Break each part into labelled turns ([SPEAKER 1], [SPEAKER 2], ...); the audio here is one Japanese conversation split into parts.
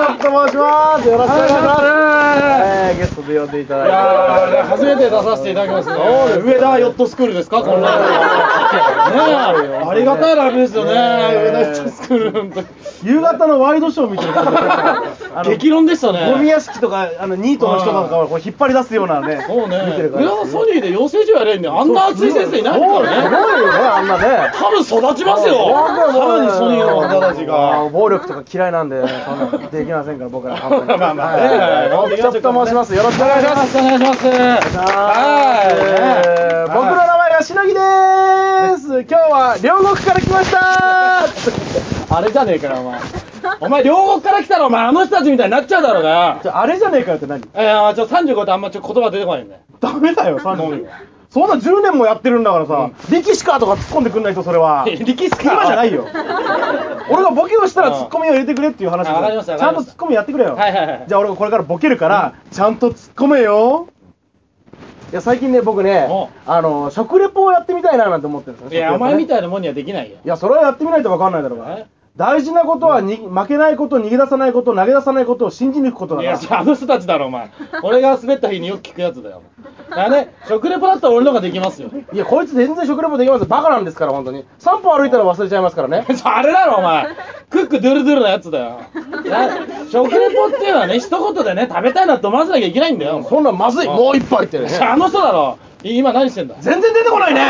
[SPEAKER 1] ます。よろしくお願いします。えーゲストで呼んでいただいて。
[SPEAKER 2] 初めて出させていただきますね。上田ヨットスクールですか、こんなの。ねえありがたいライブですよね、上田ヨットスクール本当に。
[SPEAKER 1] 夕方のワイドショーみたいな感じであの
[SPEAKER 2] 激論でしたね。
[SPEAKER 1] ゴミ屋敷とか、あの、ニートの人なんかをこう引っ張り出すようなね、
[SPEAKER 2] そうね。
[SPEAKER 1] 見て
[SPEAKER 2] 上
[SPEAKER 1] る
[SPEAKER 2] 田
[SPEAKER 1] から。
[SPEAKER 2] のソニーで養成所やれんで、あんな熱い先生いないか
[SPEAKER 1] す
[SPEAKER 2] らね。
[SPEAKER 1] ごいよね、あん なね。
[SPEAKER 2] 多分育ちますよ。
[SPEAKER 1] さ
[SPEAKER 2] さらにソニーの方たちが。
[SPEAKER 1] 暴力とか嫌いなんで、そんなのできませんから、僕ら。 まあ
[SPEAKER 2] まあね
[SPEAKER 1] 僕ちょっと申します。よろしくお願 いします。
[SPEAKER 2] お願いします。
[SPEAKER 1] はいえー僕の名前はしのぎでーす。今日は両国から来ました。
[SPEAKER 2] あれじゃねえかよ、お前。お前、両国から来たら、お前、あの人たちみたいになっちゃうだろうが。
[SPEAKER 1] じゃあ、あれじゃねえかよって何
[SPEAKER 2] えー、ちょ、35ってあんまちょ言葉出てこないんだよ。
[SPEAKER 1] ダメだよ、30。そんな10年もやってるんだからさ、力士かとか突っ込んでくんないと、それ は。
[SPEAKER 2] 力士か。
[SPEAKER 1] 今じゃないよ。俺がボケをしたらツッコミを入れてくれっていう話だ
[SPEAKER 2] あわかりました
[SPEAKER 1] ちゃんとツッコミやってくれよ。
[SPEAKER 2] はいはいはい
[SPEAKER 1] じゃあ俺がこれからボケるから、ちゃんとツッコめよ。いや、最近ね、僕ね
[SPEAKER 2] お、
[SPEAKER 1] あの、食レポをやってみたいななんて思ってるんです
[SPEAKER 2] い
[SPEAKER 1] よ。
[SPEAKER 2] や、お
[SPEAKER 1] 食レポね
[SPEAKER 2] 前みたいなもんにはできないよ。
[SPEAKER 1] いや、それはやってみないとわかんないだろうが
[SPEAKER 2] え。
[SPEAKER 1] 大事なことはに、負けないこと、逃げ出さないこと、投げ出さないことを信じ抜くことだ
[SPEAKER 2] い
[SPEAKER 1] か
[SPEAKER 2] や
[SPEAKER 1] ら。、
[SPEAKER 2] あの人たちだろ、お前。俺が滑った日によく聞くやつだよ。お前だからね、食レポだったら俺の方ができますよ。
[SPEAKER 1] いや、こいつ全然食レポできますよ。バカなんですから、本当に。3歩歩いたら忘れちゃいますからね。
[SPEAKER 2] あれだろ、お前。クックドゥルドゥルのやつだよ。な食レポっていうのはね、一言でね、食べたいなって思わせなきゃいけないんだよ。お前
[SPEAKER 1] そんなんまずい。
[SPEAKER 2] うん
[SPEAKER 1] もう一杯ってね。
[SPEAKER 2] あの人だろ。い今何 してんだ
[SPEAKER 1] 全然出てこないね。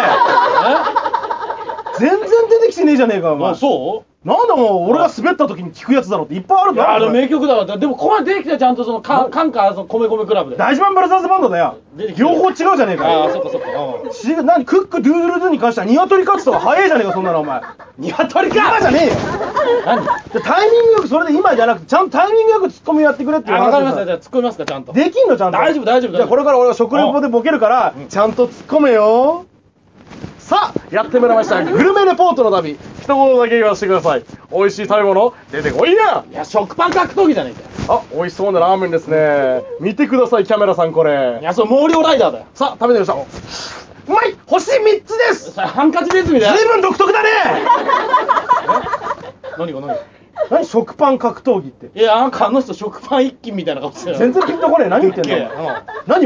[SPEAKER 1] 全然出てきてねえじゃねえか、お
[SPEAKER 2] えあ、
[SPEAKER 1] 前。
[SPEAKER 2] そう
[SPEAKER 1] なんだもう、俺が滑った時に聞くやつだろっていっぱいあるん
[SPEAKER 2] いや
[SPEAKER 1] だ
[SPEAKER 2] あ
[SPEAKER 1] ろ
[SPEAKER 2] れ
[SPEAKER 1] お前
[SPEAKER 2] 名曲だわでもここまで出てきたよちゃんとそのカンカンカその米米クラブであ
[SPEAKER 1] 大事マンブラザーズバンドだよ
[SPEAKER 2] 出て。きてる
[SPEAKER 1] 両方違うじゃねえ
[SPEAKER 2] あ
[SPEAKER 1] か
[SPEAKER 2] ーそっかそっかうん
[SPEAKER 1] 違う、何、クック、ドゥードゥルドゥに関しては、鶏勝つとか早いじゃねえか、そんなのお前。
[SPEAKER 2] 鶏
[SPEAKER 1] 今
[SPEAKER 2] か
[SPEAKER 1] じゃねえよ。
[SPEAKER 2] 何
[SPEAKER 1] じゃタイミングよく、それで今じゃなくて、ちゃんとタイミングよくツッコミやってくれっていう
[SPEAKER 2] あ
[SPEAKER 1] 話
[SPEAKER 2] わ
[SPEAKER 1] だ
[SPEAKER 2] か
[SPEAKER 1] よ
[SPEAKER 2] りましたじゃあ突っ込みますかちゃんと
[SPEAKER 1] できんのちゃんと
[SPEAKER 2] 大丈夫大丈夫大丈夫
[SPEAKER 1] じゃあこれから俺は食レポでボケるからちゃんと突っ込めよさあやってまいりましたグルメレポートの旅一言だけ言わせてください美味しい食べ物出てこいや
[SPEAKER 2] いや食パン格闘技じゃねえかよ
[SPEAKER 1] あ美味しそうなラーメンですね見てくださいキャメラさんこ
[SPEAKER 2] い
[SPEAKER 1] れ
[SPEAKER 2] やそれ毛量ライダーだよ
[SPEAKER 1] さあ食べてみましたうまい星3つです
[SPEAKER 2] それハンカチネズミだ
[SPEAKER 1] 随
[SPEAKER 2] よ
[SPEAKER 1] 分独特だね
[SPEAKER 2] 何が何が
[SPEAKER 1] 何食パン格闘技って
[SPEAKER 2] いやなんかあの人食パン一斤みたいな顔してる
[SPEAKER 1] 全然ピンとこねえ何言ってん
[SPEAKER 2] い
[SPEAKER 1] だ
[SPEAKER 2] や
[SPEAKER 1] お前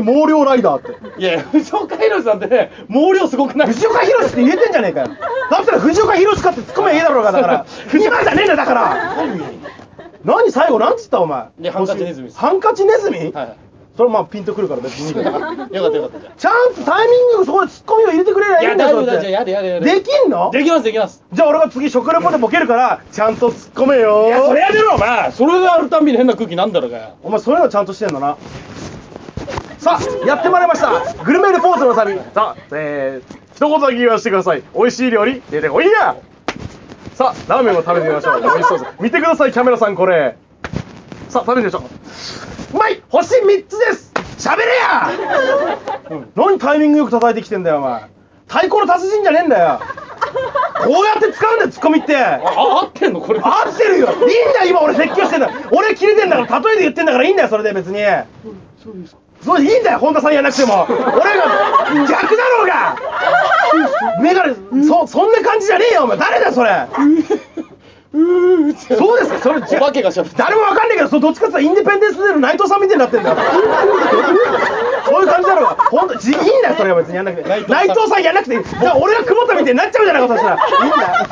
[SPEAKER 1] 何毛量ライダーって
[SPEAKER 2] いや藤岡弘さんってね毛量すごくない
[SPEAKER 1] 藤岡弘って言えてんじゃねえかよだったら藤岡弘かって突っ込めばいいだろうがだから今じゃねえんだよだから何最後なんつったお前
[SPEAKER 2] でハンカチネズミです
[SPEAKER 1] ハンカチネズミ、
[SPEAKER 2] はいはい
[SPEAKER 1] それまあピンとくるから別にいいけど
[SPEAKER 2] よかったよかったじゃ
[SPEAKER 1] ちゃんとタイミングよくそこで突っ込みを入れてくれりゃ
[SPEAKER 2] あい
[SPEAKER 1] いい
[SPEAKER 2] や
[SPEAKER 1] んだ
[SPEAKER 2] 大丈
[SPEAKER 1] よ
[SPEAKER 2] 夫
[SPEAKER 1] だ
[SPEAKER 2] 大丈夫やれやれやれ
[SPEAKER 1] できんの
[SPEAKER 2] できますできます
[SPEAKER 1] じゃあ俺が次食レポでボケるからちゃんと突っ込めよ
[SPEAKER 2] いやそれやめろお前それやるたんびに変な空気なんだろうがよ
[SPEAKER 1] お前そういうのちゃんとしてんだなさあやってまいりましたグルメレポートの旅さあえー、一言だけ言わせてください美味しい料理出てこいやさあラーメンを食べてみましょう美味しそうです見てくださいキャメラさんこれさあ食べてみましょううまい星3つです喋れや、何タイミングよく叩いてきてんだよお前太鼓の達人じゃねえんだよこうやって使うんだよツッコミって
[SPEAKER 2] あ合ってんのこれ
[SPEAKER 1] 合ってるよいいんだよ今俺説教してんだ俺切れてんだから例えで言ってんだからいいんだよそれで別にそういいんだよ本田さんやんなくても俺が逆だろうがメガネそそんな感じじゃねえよお前誰だよ それ
[SPEAKER 2] うーって
[SPEAKER 1] そうですかそれ
[SPEAKER 2] お化けがしゃべって
[SPEAKER 1] 誰もわかんないけどそどっちかって言ったらインディペンデンスデーの内藤さんみたいになってんだよそういう感じだろうが本当じいいんだよそれは別にやんなくて
[SPEAKER 2] 内
[SPEAKER 1] 内
[SPEAKER 2] 藤
[SPEAKER 1] 藤
[SPEAKER 2] さん
[SPEAKER 1] さんやんなくていいだから俺が久保田みたいになっちゃうじゃないかそしたらいいんだよ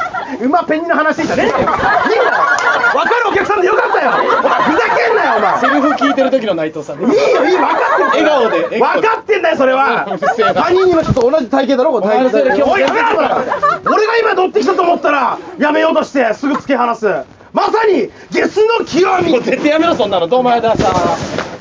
[SPEAKER 1] 馬ペンギンの話じゃねえよいいんだよ分かるお客さんでよかったよお前ふざけんなよお前
[SPEAKER 2] セリフ聞いてる時の内藤さん
[SPEAKER 1] いいよ、いい、分かってる。
[SPEAKER 2] 笑顔で笑顔
[SPEAKER 1] 分かってんだよ、それは。
[SPEAKER 2] うるせえな
[SPEAKER 1] 他人にはちょっと同じ体型だろ、これ
[SPEAKER 2] 前のせいで今日も
[SPEAKER 1] おい、やめろ、お前俺が今乗ってきたと思ったら、やめようとして、すぐ突き放す。まさに、ゲスの極み。
[SPEAKER 2] 絶対やめろそんなのどうもありがとうございました